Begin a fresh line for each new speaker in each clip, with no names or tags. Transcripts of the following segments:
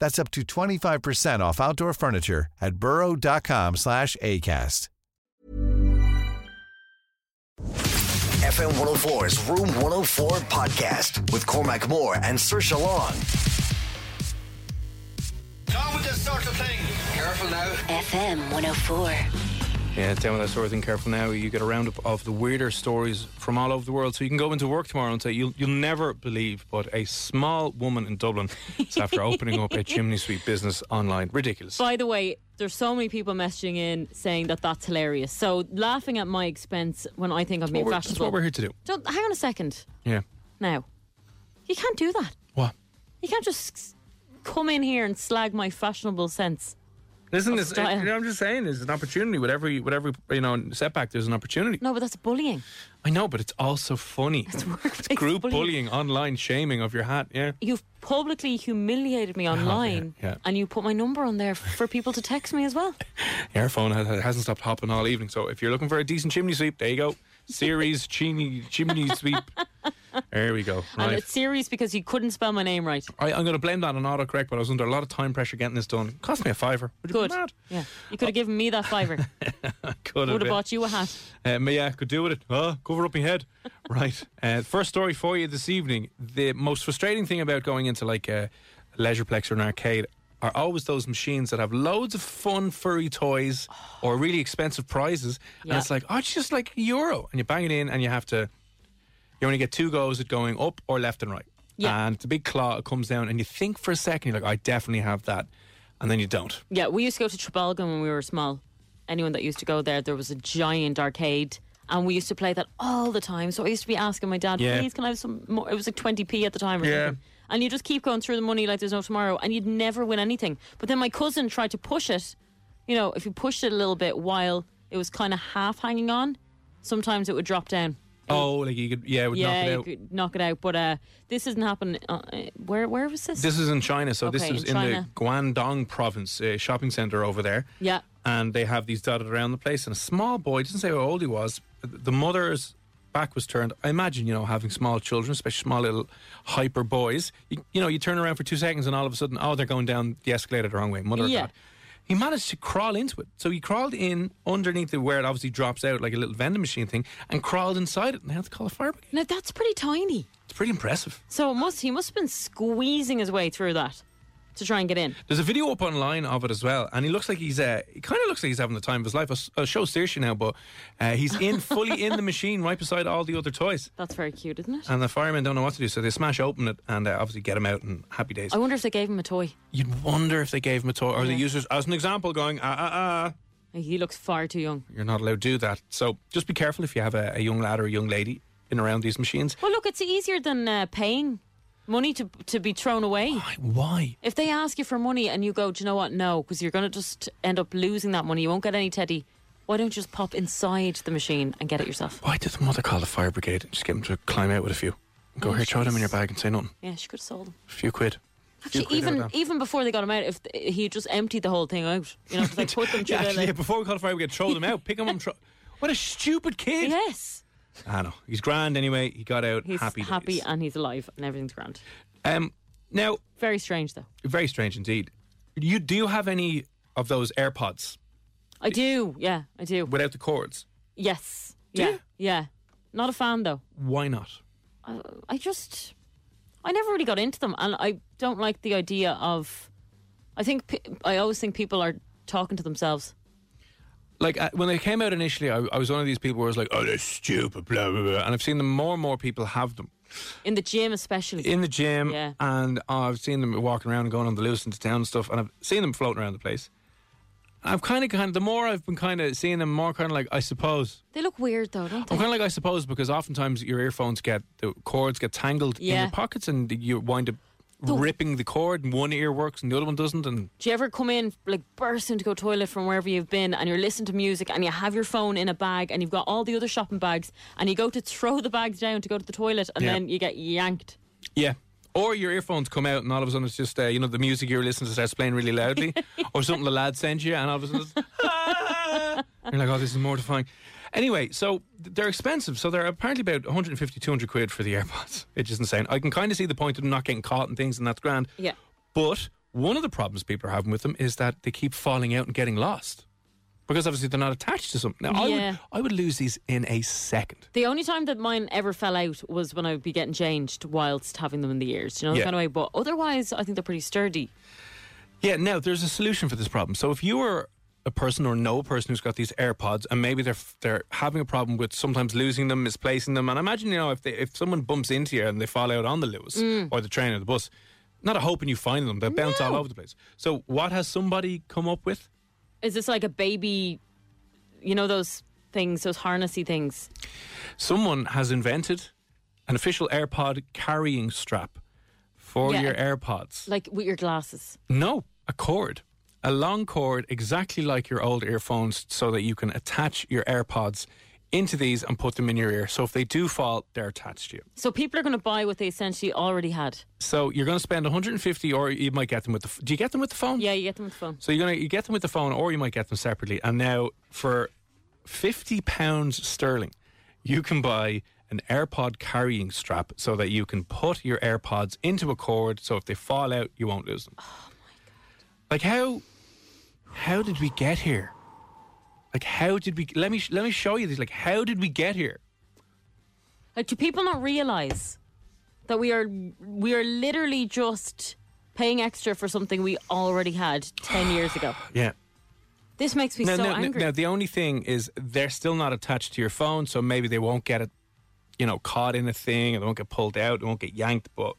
That's up to 25% off outdoor furniture at burrow.com/acast.
FM 104's Room 104 podcast with Cormac Moore and Sir Long.
Down with this sort of thing. Careful now.
FM 104.
Yeah, down with that sort of thing. Careful now. You get a roundup of the weirder stories from all over the world. So you can go into work tomorrow and say, you'll, you'll never believe, but a small woman in Dublin is after opening up a chimney sweep business online. Ridiculous.
By the way, there's so many people messaging in saying that that's hilarious. So laughing at my expense when I think I'm
What
being
we're- that's
fashionable.
what we're here to do.
Don't, hang on a second.
Yeah.
Now, you can't do that.
What?
You can't just s- come in here and slag my fashionable sense.
Listen, this, you
style.
know, I'm just saying, there's an opportunity. With every, with every, you know, setback, there's an opportunity.
No, but that's bullying.
I know, but it's also funny. It's
Workplace
group bullying, online shaming of your hat. Yeah.
You've publicly humiliated me online,
Oh, yeah.
and you put my number on there for people to text me as well.
Airphone has, hasn't stopped hopping all evening. So if you're looking for a decent chimney sweep, there you go. Series chimney chimney sweep. There we go.
And
Right.
it's serious because you couldn't spell my name right.
I, I'm going to blame that on autocorrect, but I was under a lot of time pressure getting this done. cost me a fiver. Would you
Good.
be mad?
Yeah, you
Oh.
could have given me that fiver.
Could
Would have bought you a hat.
Uh, but yeah, could do with it. Huh? Cover up my head. right. Uh, first story for you this evening. The most frustrating thing about going into like a leisureplex or an arcade are always those machines that have loads of fun furry toys or really expensive prizes,
Yeah.
and it's like, oh, it's just like a euro, and you bang it in, and you have to. You only get two goes at going up or left and right.
Yeah.
And the big claw it comes down, and you think for a second, you're like, I definitely have that, and then you don't.
Yeah, we used to go to Trebalgan when we were small. Anyone that used to go there, there was a giant arcade, and we used to play that all the time. So I used to be asking my dad,
Yeah.
"Please, can I have some more?" It was like twenty p at the time, or
Yeah.
something. And you just keep going through the money like there's no tomorrow, and you'd never win anything. But then my cousin tried to push it. You know, if you pushed it a little bit while it was kind of half hanging on, sometimes it would drop down.
Oh, like you could, yeah, it would knock
Mm. yeah,
it
you
out.
could knock it out. But uh, this isn't happening. Uh, uh, where where was this?
This is in China, so this
Okay,
is in
in China.
the Guangdong province uh, shopping center over there.
Yeah.
and they have these dotted around the place. And a small boy doesn't say how old he was. but The mother's back was turned. I imagine you know having small children, especially small little hyper boys. You, you know, you turn around for two seconds, and all of a sudden, oh, they're going down the escalator the wrong way. Mother of
Yeah.
God. He managed to crawl into it. So he crawled in underneath it where it obviously drops out like a little vending machine thing and crawled inside it. And they had to call a fire brigade.
now that's pretty tiny.
It's pretty impressive.
So it must he must have been squeezing his way through that to try and get in.
There's a video up online of it as well, and he looks like he's uh, he kind of looks like he's having the time of his life. I'll, s- I'll show Saoirse now, but uh, he's in fully in the machine right beside all the other toys,
That's very cute, isn't it?
and the firemen don't know what to do, so they smash open it and uh, obviously get him out and happy days.
I wonder if they gave him a toy.
You'd wonder if they gave him a toy or the users as an example, going ah ah ah.
He looks far too young.
You're not allowed to do that, so just be careful if you have a, a young lad or a young lady in around these machines.
Well, look, it's easier than uh, paying money to to be thrown away.
Why? Why?
If they ask you for money and you go, do you know what? No, because you're going to just end up losing that money. You won't get any teddy. Why don't you just pop inside the machine and get it yourself?
Why did the mother call the fire brigade and just get him to climb out with a few? Go here, throw them in your bag and say nothing.
Yeah, she could have sold them.
A few quid. A few
Actually,
quid out of
even
them.
even before they got him out, if he just emptied the whole thing out, you know, 'cause they put them through
Yeah,
the,
actually, yeah,
like-
before we call it fire, we get throw them out, pick them up. and Throw- what a stupid kid!
yes,
I know he's grand anyway. He got out
he's
happy.
happy,
days.
and he's alive and everything's grand.
Um, now
Very strange though.
very strange indeed. You do have any of those AirPods
I do, yeah, I do.
without the cords?
Yes, yeah,
you?
yeah. Not a fan though.
Why not?
I, I just, I never really got into them, and I don't like the idea of. I think pe- I always think people are talking to themselves.
like uh, when they came out initially, I, I was one of these people where I was like, "Oh, they're stupid," blah blah blah. And I've seen them more and more people have them
in the gym especially.
in the gym,
Yeah.
and I've seen them walking around and going on the loose into town and stuff, and I've seen them floating around the place. And I've kind of, kind of, the more I've been kind of seeing them, more kind of like I suppose.
they look weird though, don't they?
I'm kind of like I suppose because oftentimes your earphones get the cords get tangled in
Yeah.
your pockets, and you wind up ripping the cord, and one ear works and the other one doesn't, and
Do you ever come in like bursting to go toilet from wherever you've been and you're listening to music and you have your phone in a bag and you've got all the other shopping bags and you go to throw the bags down to go to the toilet and
Yeah.
then you get yanked?
yeah. Or your earphones come out, and all of a sudden it's just uh, you know the music you're listening to starts playing really loudly, or something the lad sends you, and all of a sudden it's, "Ah!" you're like, oh, this is mortifying. Anyway, so th- they're expensive, so they're apparently about 150, 200 quid for the AirPods, which is insane. I can kind of see the point of them not getting caught and things, and that's grand.
Yeah.
But one of the problems people are having with them is that they keep falling out and getting lost. Because obviously they're not attached to something. Now, I,
Yeah.
would, I would lose these in a second.
The only time that mine ever fell out was when I would be getting changed whilst having them in the ears, you know, that
Yeah.
kind of way. But otherwise, I think they're pretty sturdy.
Yeah, now there's a solution for this problem. So if you are a person or know a person who's got these AirPods and maybe they're they're having a problem with sometimes losing them, misplacing them, and I imagine you know if they, if someone bumps into you and they fall out on the loose or the train or the bus, not a hope and you find them, they bounce all over the place. So what has somebody come up with?
Is this like a baby, you know, those things, those harnessy things?
Someone has invented an official AirPod carrying strap for
Yeah.
your AirPods.
Like with your glasses.
No, a cord. A long cord, exactly like your old earphones, so that you can attach your AirPods into these and put them in your ear. So if they do fall, they're attached to you.
So people are going to buy what they essentially already had.
So you're going to spend 150, or you might get them with the. f- Do you get them with the phone?
Yeah, you get them with the phone.
So you're going to you get them with the phone, or you might get them separately. And now for 50 pounds sterling, you can buy an AirPod carrying strap so that you can put your AirPods into a cord. So if they fall out, you won't lose them. Oh my god! Like how how did we get here? Like how did we? Let me sh- let me show you this. Like how did we get here?
Like, do people not realize that we are we are literally just paying extra for something we already had ten years ago?
Yeah.
This makes me
No,
so
no,
angry.
no. The only thing is they're still not attached to your phone, so maybe they won't get it, you know, caught in a thing, or they won't get pulled out, they won't get yanked. But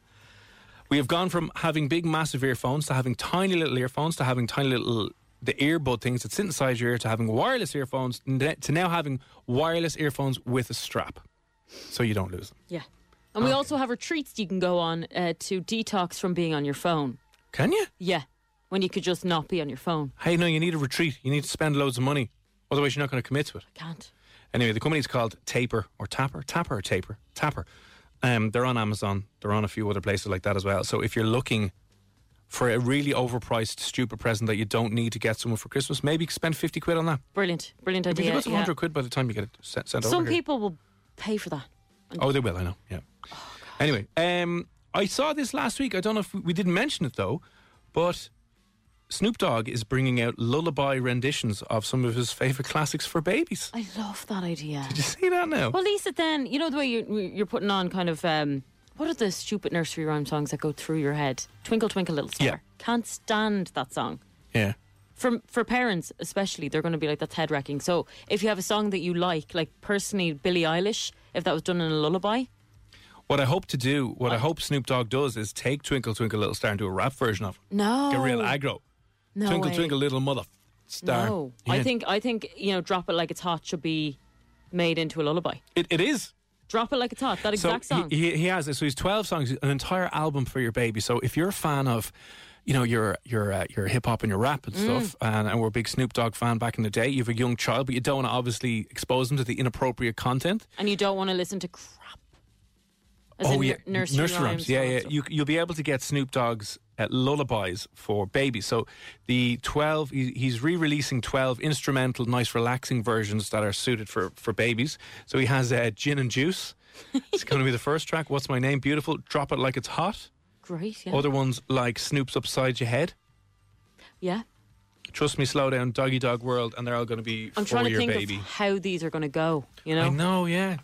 we have gone from having big, massive earphones to having tiny little earphones to having tiny little the earbud things that sit inside your ear to having wireless earphones n- to now having wireless earphones with a strap, so you don't lose them.
Yeah, and we also have retreats you can go on uh, to detox from being on your phone.
Can you?
Yeah, when you could just not be on your phone.
Hey, no, you need a retreat. You need to spend loads of money, otherwise you're not going to commit to it.
Can't.
Anyway, the company's called Taper or Tapper, Tapper or Taper, Tapper. Um, they're on Amazon. They're on a few other places like that as well. So if you're looking for a really overpriced, stupid present that you don't need to get someone for Christmas, maybe spend fifty quid on that.
Brilliant, brilliant
If you
idea.
got some
yeah.
hundred quid by the time you get it sent, sent
Some
over here.
people will pay for that.
Oh, they will. I know. Yeah. anyway, um, I saw this last week. I don't know if we, we didn't mention it though, but Snoop Dogg is bringing out lullaby renditions of some of his favorite classics for babies.
I love that idea.
Did you see that now?
Well, Lisa, then you know the way you're, you're putting on kind of um, what are the stupid nursery rhyme songs that go through your head? Twinkle, twinkle, little star.
Yeah.
Can't stand that song.
Yeah.
For for parents especially, they're going to be like that's head wrecking. So if you have a song that you like, like personally Billie Eilish, if that was done in a lullaby,
What I hope to do, what
Oh.
I hope Snoop Dogg does, is take Twinkle Twinkle Little Star and do a rap version of it.
no,
Get real aggro.
no
twinkle
way.
Twinkle Little Mother Star.
No,
Yeah.
I think I think you know, drop it like it's hot should be made into a lullaby.
it, it is.
Drop it like it's hot. That exact
so
song.
He, he, he has it. So he's twelve songs, an entire album for your baby. So if you're a fan of, you know, your your uh, your hip hop and your rap
Mm.
and stuff, and, and we're a big Snoop Dogg fan back in the day. You have a young child, but you don't want to obviously expose them to the inappropriate content.
and you don't want to listen to crap.
Oh,
As in nur- nursery, rhymes.
Yeah,
all that
yeah.
stuff.
You, you'll be able to get Snoop Dogg's uh, lullabies for babies. So the 12, he, he's re releasing 12 instrumental, nice, relaxing versions that are suited for, for babies. So he has uh, Gin and Juice. it's going to be the first track. What's My Name? Beautiful. Drop It Like It's Hot.
Great, yeah.
Other ones like Snoop's Upside Your Head.
yeah.
Trust Me, Slow Down, Doggy Dog World. And they're all going to be
I'm
for
trying to
your
think
baby.
of how these are going to go, you know?
I know, yeah.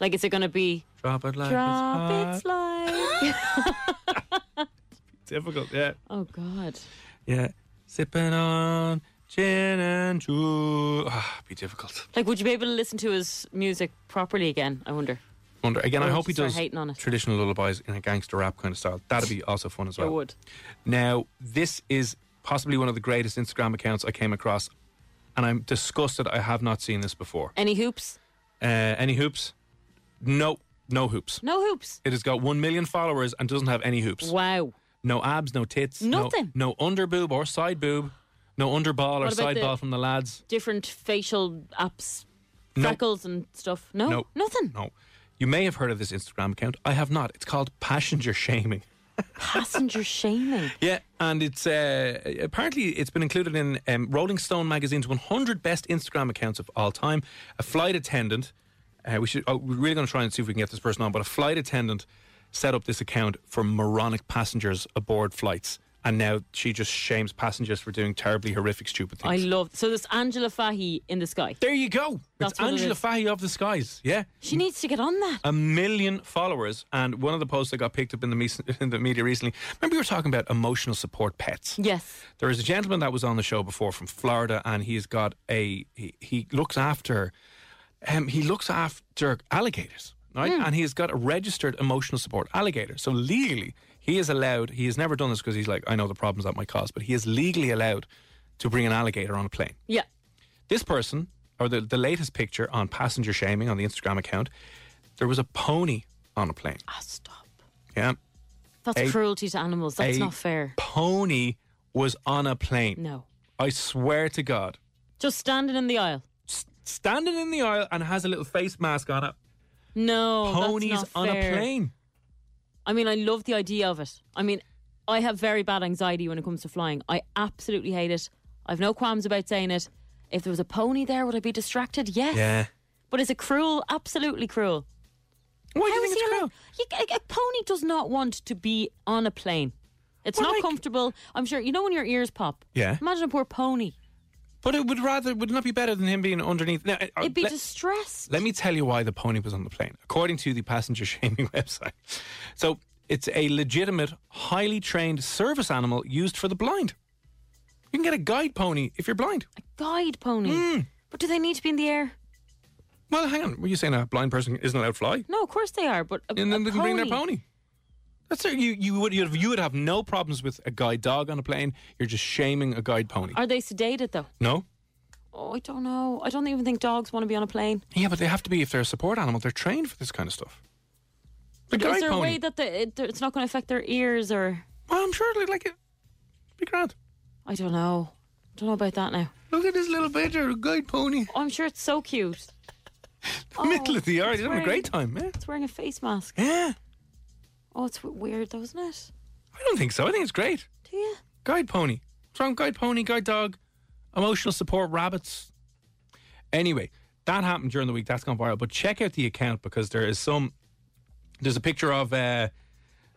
Like, is it going to be
Drop It Like
drop
It's
it's
Hot.
like.
Difficult, yeah.
oh, God.
Yeah. Sipping on Gin and Juice. Ah, be difficult.
Like, would you be able to listen to his music properly again? I wonder.
Wonder again. I
Or
hope he
start
does
hating on it.
traditional lullabies in a gangster rap kind of style. That'd be also fun as well.
I would.
Now, this is possibly one of the greatest Instagram accounts I came across, and I'm disgusted I have not seen this before.
Any hoops?
Uh, any hoops? No, no hoops.
No hoops.
It has got one million followers and doesn't have any hoops.
Wow.
No abs, no tits, no-
Nothing.
No, under boob or side boob, no under ball or
What about
side
the-
ball from the lads.
Different facial apps,
No.
freckles and stuff. No,
No.
nothing.
No. You may have heard of this Instagram account. I have not. It's called Passenger Shaming.
Passenger shaming.
Yeah, and it's uh, apparently it's been included in um, Rolling Stone magazine's 100 best Instagram accounts of all time. A flight attendant, uh, we should oh, we're really going to try and see if we can get this person on, but a flight attendant set up this account for moronic passengers aboard flights, and now she just shames passengers for doing terribly horrific, stupid
I
things.
love. So there's Angela Fahey in the sky.
there you go.
That's
it's
what it
Angela
is.
Fahey of the Skies. Yeah,
She needs to get on that.
a million followers, and one of the posts that got picked up in the, mes- in the media recently. Remember, we were talking about emotional support pets.
Yes.
There is a gentleman that was on the show before from Florida, and he's got a he, he looks after um, he looks after alligators, right? And he has got a registered emotional support alligator. So legally, he is allowed. He has never done this because he's like, I know the problems that might cause, but he is legally allowed to bring an alligator on a plane.
Yeah.
This person, or the the latest picture on passenger shaming on the Instagram account, there was a pony on a plane.
Ah, stop.
Yeah,
That's
A-
cruelty to animals. That's
a
not fair.
Pony was on a plane.
No.
I swear to God.
Just standing in the aisle.
standing in the aisle and has a little face mask on it.
No. Oh, that's
Ponies
not
on a
fair.
plane.
I mean, I love the idea of it. I mean, I have very bad anxiety when it comes to flying. I absolutely hate it. I've no qualms about saying it. If there was a pony there, would I be distracted? Yes.
Yeah.
But is it cruel? Absolutely cruel.
Why do
How
you
is
think
he
it's
allowed-
cruel?
You- a, a pony does not want to be on a plane. It's
Well,
not
like-
comfortable. I'm sure you know when your ears pop.
Yeah.
Imagine a poor pony.
But it would rather would not be better than him being underneath. Now, uh,
It'd be
let,
distressed.
let me tell you why the pony was on the plane, according to the passenger shaming website. So it's a legitimate, highly trained service animal used for the blind. You can get a guide pony if you're blind.
Guide pony.
Hmm.
But do they need to be in the air?
Well, hang on. Were you saying a blind person isn't allowed to fly?
No, of course they are. But a,
And then
a
they can bring their pony. That's it. You, you would you'd, you would have no problems with a guide dog on a plane. You're just shaming a guide pony.
Are they sedated though?
No.
Oh, I don't know. I don't even think dogs want to be on a plane.
Yeah, but they have to be if they're a support animal. They're trained for this kind of stuff. The
Is
guide
there a
pony.
way that the, it, it's not going to affect their ears or
well, I'm sure it'd like it. Be grand.
I don't know. I don't know about that now.
Look at this little badger, a guide pony,
Oh, I'm sure it's so cute.
middle of the yard. He's having a
Oh, right.
great time, man.
It's wearing a face mask.
Yeah,
Oh, it's w- weird though, isn't it?
I don't think so. I think it's great.
Do you?
Guide pony, strong guide pony, guide dog, emotional support rabbits. Anyway, that happened during the week. That's gone viral. But check out the account because there is some. There's a picture of. Uh,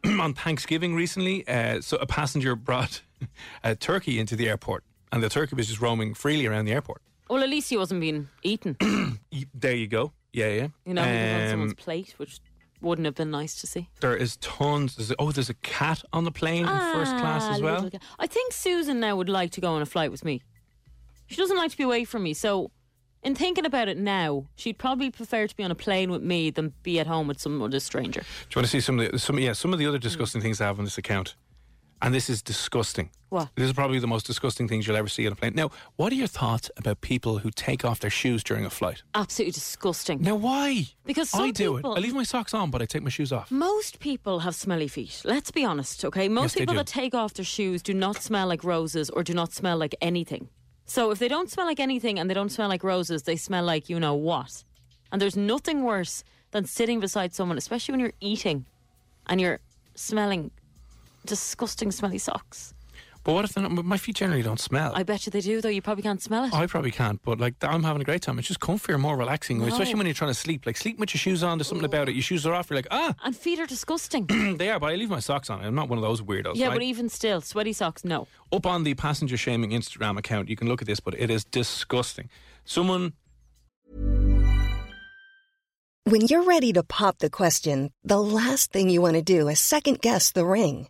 on Thanksgiving recently, uh, so a passenger brought a turkey into the airport, and the turkey was just roaming freely around the airport.
Well, at least he wasn't being eaten. you
Y- There you go. Yeah, yeah.
know, he was on someone's
Um,
plate, which wouldn't have been nice to see.
there is tons. There's, oh, there's a cat on the plane in first class
Ah,
as well.
little guy. I think Susan now would like to go on a flight with me. She doesn't like to be away from me, so in thinking about it now, she'd probably prefer to be on a plane with me than be at home with some other stranger.
Do you want to see some of the some? Yeah, some of the other disgusting things I have on this account, and this is disgusting.
What?
This is probably the most disgusting things you'll ever see on a plane. Now, what are your thoughts about people who take off their shoes during a flight?
Absolutely disgusting.
Now, why?
Because some
I do
people-
it. I leave my socks on, but I take my shoes off.
Most people have smelly feet. Let's be honest, okay?
Yes,
Most
they
people
do.
that take off their shoes do not smell like roses or do not smell like anything. So if they don't smell like anything and they don't smell like roses, they smell like you know what. And there's nothing worse than sitting beside someone, especially when you're eating and you're smelling disgusting smelly socks.
But what if they're not, my feet generally don't smell?
I bet you they do though. You probably can't smell it.
Uh, I probably can't, but like I'm having a great time. It's just comfier, more relaxing, especially when you're trying to sleep. Like sleep with your shoes on, there's something about it. Your shoes are off, you're like, ah,
and feet are disgusting.
they are. But I leave my socks on. I'm not one of those weirdos.
yeah,
right?
but even still, sweaty socks, no.
up on the passenger shaming Instagram account, you can look at this, but it is disgusting. Someone
When you're ready to pop the question, the last thing you want to do is second guess the ring.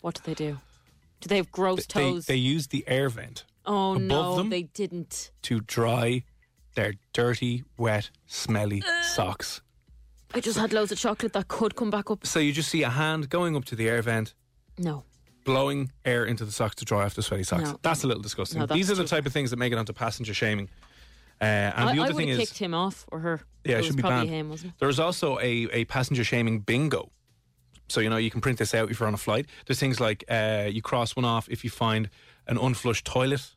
What do they do? Do they have gross
They,
toes?
they used the air vent
oh
above
no,
them?
they didn't.
to dry their dirty, wet, smelly socks.
I just had loads of chocolate that could come back up.
So you just see a hand going up to the air vent,
No.
blowing air into the socks to dry off the sweaty socks.
No.
That's a little disgusting.
No, that's
These are the
too
type of things that make it onto passenger shaming. Uh, and
I,
the
I
other
would
thing
have
is,
kicked him off or her.
yeah, it
was
should be
probably
banned.
him, wasn't it?
There's also a, a passenger shaming bingo. So, you know, you can print this out if you're on a flight. There's things like uh, you cross one off if you find an unflushed toilet,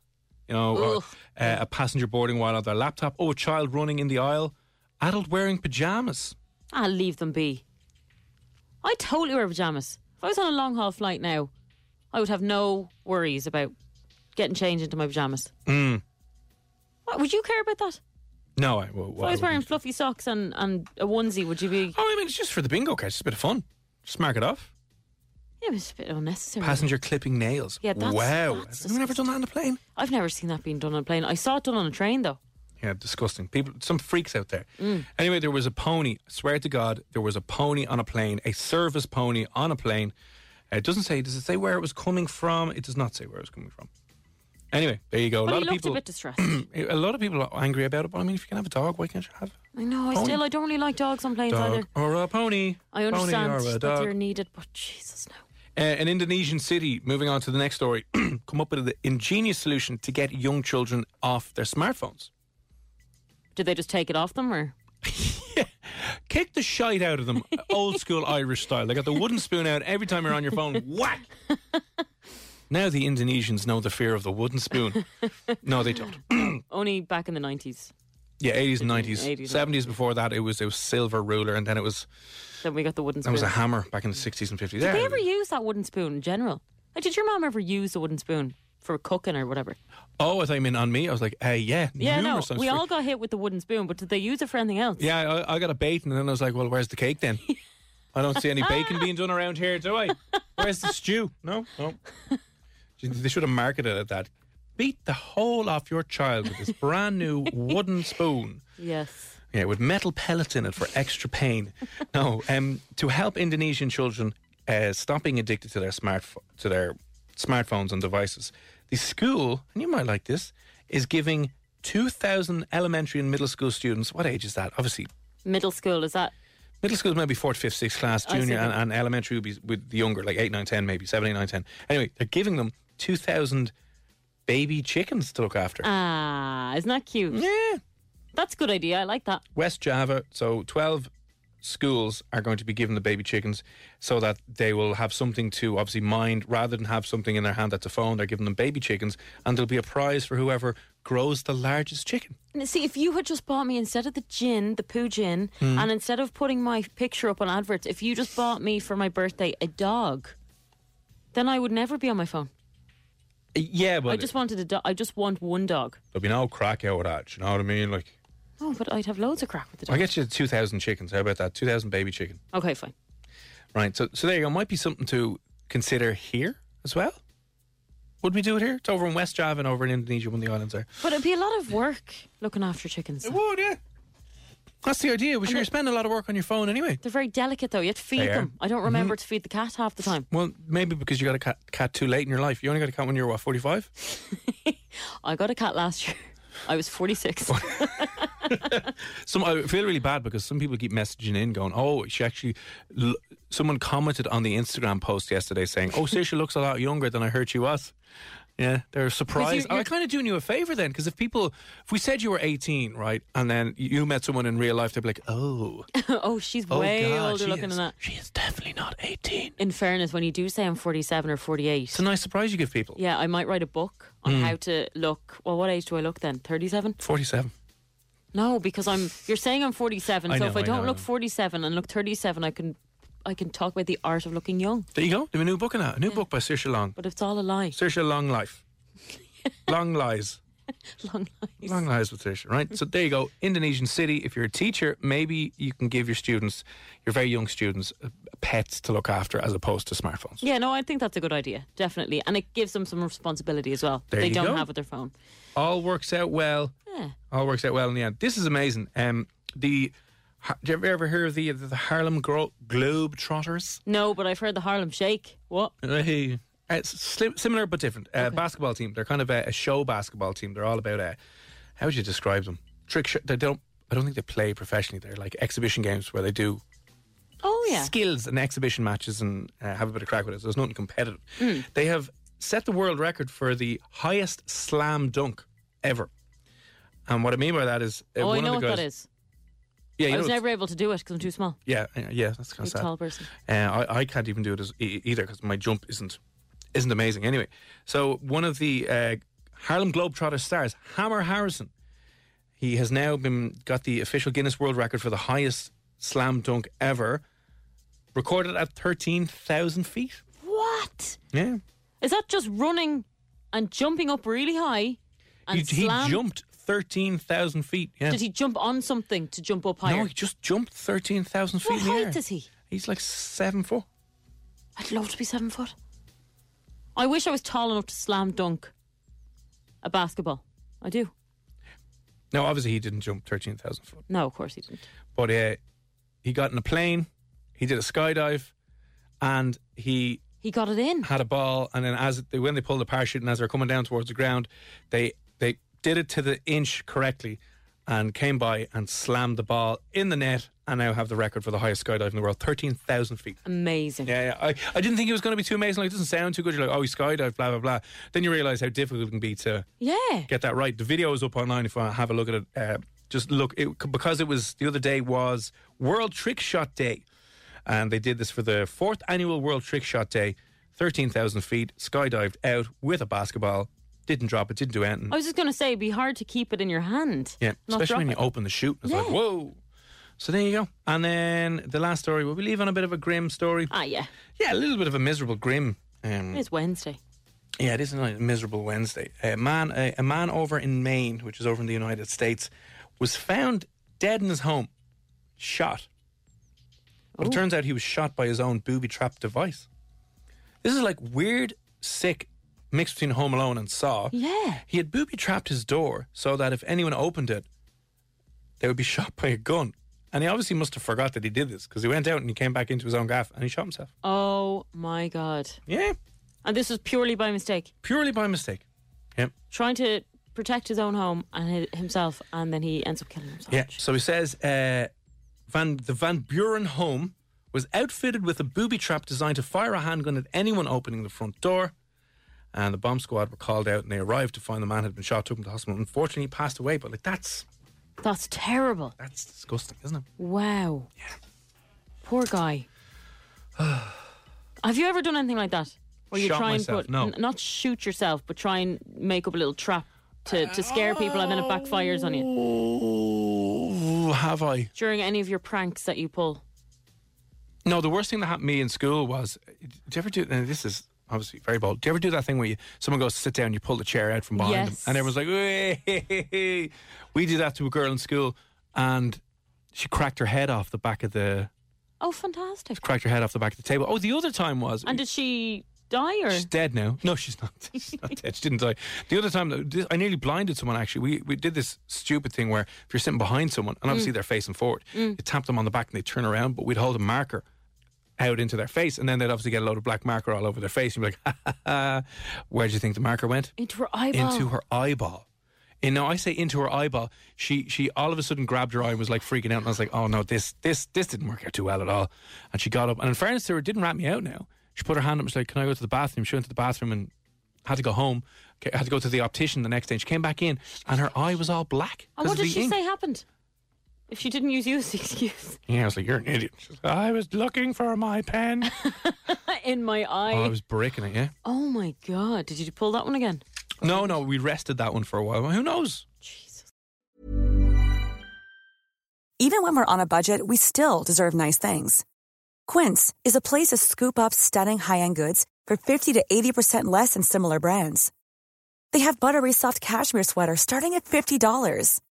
you know, or,
Ugh.
uh, a passenger boarding while on their laptop, oh, a child running in the aisle, adult wearing pajamas.
I'll leave them be. I totally wear pajamas. If I was on a long haul flight now, I would have no worries about getting changed into my pajamas.
Mm.
What, would you care about that?
No, I, well,
If I was wearing fluffy socks and, and a onesie, would you be?
Oh, I mean, it's just for the bingo catch. It's a bit of fun. Just mark it off.
It was a bit unnecessary.
Passenger clipping nails.
Yeah, that's-
wow.
that's
Has anyone ever done that on a plane?
I've never seen that being done on a plane. I saw it done on a train though.
Yeah, disgusting. People, some freaks out there.
Mm.
Anyway, there was a pony. Swear to God, there was a pony on a plane, a service pony on a plane. Uh, It doesn't say. Does it say where it was coming from? It does not say where it was coming from. Anyway, there you go. A
But
lot
he looked
of people, Mm,
a bit distressed.
a lot of people are angry about it. But I mean, if you can have a dog, why can't you have
I know. I still. I don't really like dogs on
a
planes
dog
either.
or a pony?
I understand
Pony or a
that
dog.
they're needed, but Jesus no.
Uh, an Indonesian city, moving on to the next story, come up with an ingenious solution to get young children off their smartphones.
Did they just take it off them or?
Kick the shite out of them, old school Irish style. They got the wooden spoon out every time you're on your phone. Whack! Now the Indonesians know the fear of the wooden spoon. No, they don't.
Only back in the nineties.
Yeah, 80s, 90s,
80s,
70s. Before that, it was a silver ruler, and then it was
Then we got the wooden
that
spoon.
was a hammer back in the 60s and 50s.
Did they
Yeah.
ever use that wooden spoon in general? Like, did your mom ever use a wooden spoon for cooking or whatever?
Oh, I thought you meant on me. I was like, hey, yeah,
Yeah, no,
numerous times
we
freaked
all got hit with the wooden spoon, but did they use it for anything else?
Yeah, I, I got a bacon, and then I was like, "Well, where's the cake then? I don't see any bacon being done around here, do I? Where's the stew? No, no. They should have marketed it at that. Beat the whole off your child with this brand new wooden spoon.
Yes.
Yeah, with metal pellets in it for extra pain. No, um, to help Indonesian children uh, stop being addicted to their smart to their smartphones and devices, the school, and you might like this, is giving two thousand elementary and middle school students. What age is that? Obviously,
Middle school is that?
Middle school is maybe fourth, fifth, sixth class.
I see
Junior and,
that.
and elementary would be with the younger, like eight, nine, ten, maybe seven, eight, nine, ten. Anyway, they're giving them two thousand baby chickens to look after.
Ah, isn't that cute?
yeah,
That's a good idea. I like that.
West Java. So twelve schools are going to be given the baby chickens, so that they will have something to obviously mind rather than have something in their hand that's a phone. They're giving them baby chickens, and there'll be a prize for whoever grows the largest chicken.
And See, if you had just bought me instead of the gin, the poo gin,
Hmm.
and instead of putting my picture up on adverts, if you just bought me for my birthday a dog, then I would never be on my phone.
Uh, Yeah, but
I just wanted a dog. I just want one dog.
there'll be no crack out of that. You know what I mean? Like,
Oh, but I'd have loads of crack with the
I
dog.
get you two thousand chickens. How about that? Two thousand baby chicken.
Okay, fine.
Right. So, so there you go. Might be something to consider here as well. Would we do it here? It's over in West Java and over in Indonesia when the islands are.
But it'd be a lot of work looking after chickens.
It
though.
would, yeah. That's the idea. We sure you spend a lot of work on your phone anyway.
They're very delicate, though. You have to feed
They are.
them. I don't remember
Mm-hmm.
to feed the cat half the time.
Well, maybe because you got a cat, cat too late in your life. You only got a cat when you were, what, 45?
I got a cat last year. I was 46.
Some I feel really bad because some people keep messaging in going, "Oh, she actually." L-. Someone commented on the Instagram post yesterday saying, "Oh, Sisha looks a lot younger than I heard she was." Yeah, they're surprised.
you're-
I kind of doing you a favor then, because if people, if we said you were 18, right, and then you met someone in real life, they'd be like, "Oh,
oh, she's
oh
way
God,
older
she
looking
is,
than that.
She is definitely not 18."
In fairness, when you do say I'm 47 or 48,
It's a nice surprise you give people.
yeah, I might write a book on
Hmm.
how to look. Well, what age do I look then? 37?
47.
No, because I'm. You're saying I'm 47.
I
so
know,
if I
I
don't
know.
look 47 and look 37, I can, I can talk about the art of looking young.
There you go. There's a new book in that. A new book by Saoirse Long.
But it's all a lie.
Saoirse Long Life. Long lies.
Long lies.
Long lives with Trish, right? So there you go. Indonesian city. If you're a teacher, maybe you can give your students, your very young students, uh, pets to look after as opposed to smartphones.
Yeah, no, I think that's a good idea, definitely, and it gives them some responsibility as well.
There
they
you
don't
go.
have with their phone.
All works out well.
Yeah.
All works out well in the end. This is amazing. Um, the ha- did you ever, ever hear of the the Harlem Gro- Globe Trotters?
No, but I've heard the Harlem Shake. What?
Hey. Uh, it's sli- similar but different. Uh, Basketball team. They're kind of a, a show basketball team. They're all about uh, how would you describe them? Trick. Sh- they don't. I don't think they play professionally. They're like exhibition games where they do
Oh yeah.
skills and exhibition matches and uh, have a bit of crack with it. So there's nothing competitive.
Hmm.
They have set the world record for the highest slam dunk ever. And what I mean by that is uh,
oh,
one
I know what
of the guys. oh
that is.
Yeah, you
I was
know, it's-
never able to do it because I'm too small.
yeah, uh, yeah. That's kind
Big
of sad.
tall person.
Uh, I, I can't even do it as, e- either because my jump isn't isn't amazing. Anyway, so one of the uh, Harlem Globetrotter stars, Hammer Harrison, he has now been got the official Guinness World Record for the highest slam dunk ever, recorded at thirteen thousand feet.
What?
Yeah.
Is that just running and jumping up really high and
He, he
slam?
jumped 13,000 feet. Yeah.
Did he jump on something to jump up higher?
No, he just jumped 13,000 feet
what
in the air.
height is he?
He's like seven foot.
I'd love to be seven foot. I wish I was tall enough to slam dunk a basketball. I do.
No, obviously he didn't jump 13,000 foot.
No, of course he didn't.
But uh, he got in a plane, he did a skydive, and he
He got it in.
had a ball. And then as they, when they pulled the parachute and as they're coming down towards the ground, they they did it to the inch correctly and came by and slammed the ball in the net and now have the record for the highest skydive in the world, 13,000 feet.
Amazing.
Yeah, yeah. I, I didn't think it was going to be too amazing. Like, it doesn't sound too good. You're like, oh, he skydived, blah, blah, blah. Then you realize how difficult it can be to
Yeah.
get that right. The video is up online if you want to have a look at it. Uh, just look, it, because it was the other day was World Trick Shot Day. And they did this for the fourth annual World Trick Shot Day. 13,000 feet, skydived out with a basketball. Didn't drop it, didn't do anything.
I was just going to say, it'd be hard to keep it in your hand.
Yeah,
Oh, Not
especially when you
drop it.
open the chute. It's like,
Yeah.
whoa. So there you go. And then the last story, will we leave on a bit of a grim story?
Ah, yeah.
Yeah, a little bit of a miserable grim. Um,
It's Wednesday.
Yeah, it is a miserable Wednesday. A man, a, a man over in Maine, which is over in the United States, was found dead in his home, shot. But it turns out he was shot by his own booby trap device. This is like weird, sick mix between Home Alone and Saw.
Yeah.
He had booby trapped his door so that if anyone opened it, they would be shot by a gun. And he obviously must have forgot that he did this because he went out and he came back into his own gaff and he shot himself.
Oh my god.
Yeah,
And this was purely by mistake.
purely by mistake. Yep.
Trying to protect his own home and hi- himself, and then he ends up killing himself.
Yeah. So he says uh, Van the Van Buren home was outfitted with a booby trap designed to fire a handgun at anyone opening the front door. And the bomb squad were called out and they arrived to find the man had been shot, took him to hospital. Unfortunately, he passed away, but like that's
That's terrible.
that's disgusting, isn't it?
Wow. Yeah. Poor guy. Have you ever done anything like that? Where you
Shot
try and
myself,
put
no.
n- not shoot yourself, but try and make up a little trap to, to scare people and then it backfires on you
Oh, have I?
during any of your pranks that you pull.
No, the worst thing that happened to me in school was. Do you ever do? And this is obviously very bold. Do you ever do that thing where you someone goes to sit down, you pull the chair out from behind
Yes.
them, and everyone's like, "Hey!" "We did that to a girl in school, and she cracked her head off the back of the
Oh fantastic.
cracked her head off the back of the table." Oh, the other time was
And did she die or?
She's dead now. No, she's not. She's not dead. She didn't die. The other time, though, this- I nearly blinded someone. Actually, we we did this stupid thing where if you're sitting behind someone and obviously they're facing forward, you tap them on the back and they turn around. But we'd hold a marker out into their face, and then they'd obviously get a load of black marker all over their face. And be like, ha, ha, ha, where do you think the marker went?
Into her eyeball.
Into her eyeball. And now I say into her eyeball. She she all of a sudden grabbed her eye and was like freaking out. And I was like, oh no, this this this didn't work out too well at all. And she got up. And in fairness to her, it didn't rat me out. Now she put her hand up and said, "Can I go to the bathroom?" She went to the bathroom and had to go home. Ca- Had to go to the optician the next day. She came back in and her eye was all black.
And
'cause
what
of
did
the
she
ink.
say happened? If she didn't use you as the excuse.
Yeah, I was like, "You're an idiot." She's like, I was looking for my pen.
In my eye.
oh, I was breaking it. Yeah.
Oh my god! Did you pull that one again?
No, no, we rested that one for a while. Who knows?
Even when we're on a budget, we still deserve nice things. Quince is a place to scoop up stunning high-end goods for 50 to 80% less than similar brands. They have buttery soft cashmere sweaters starting at $50,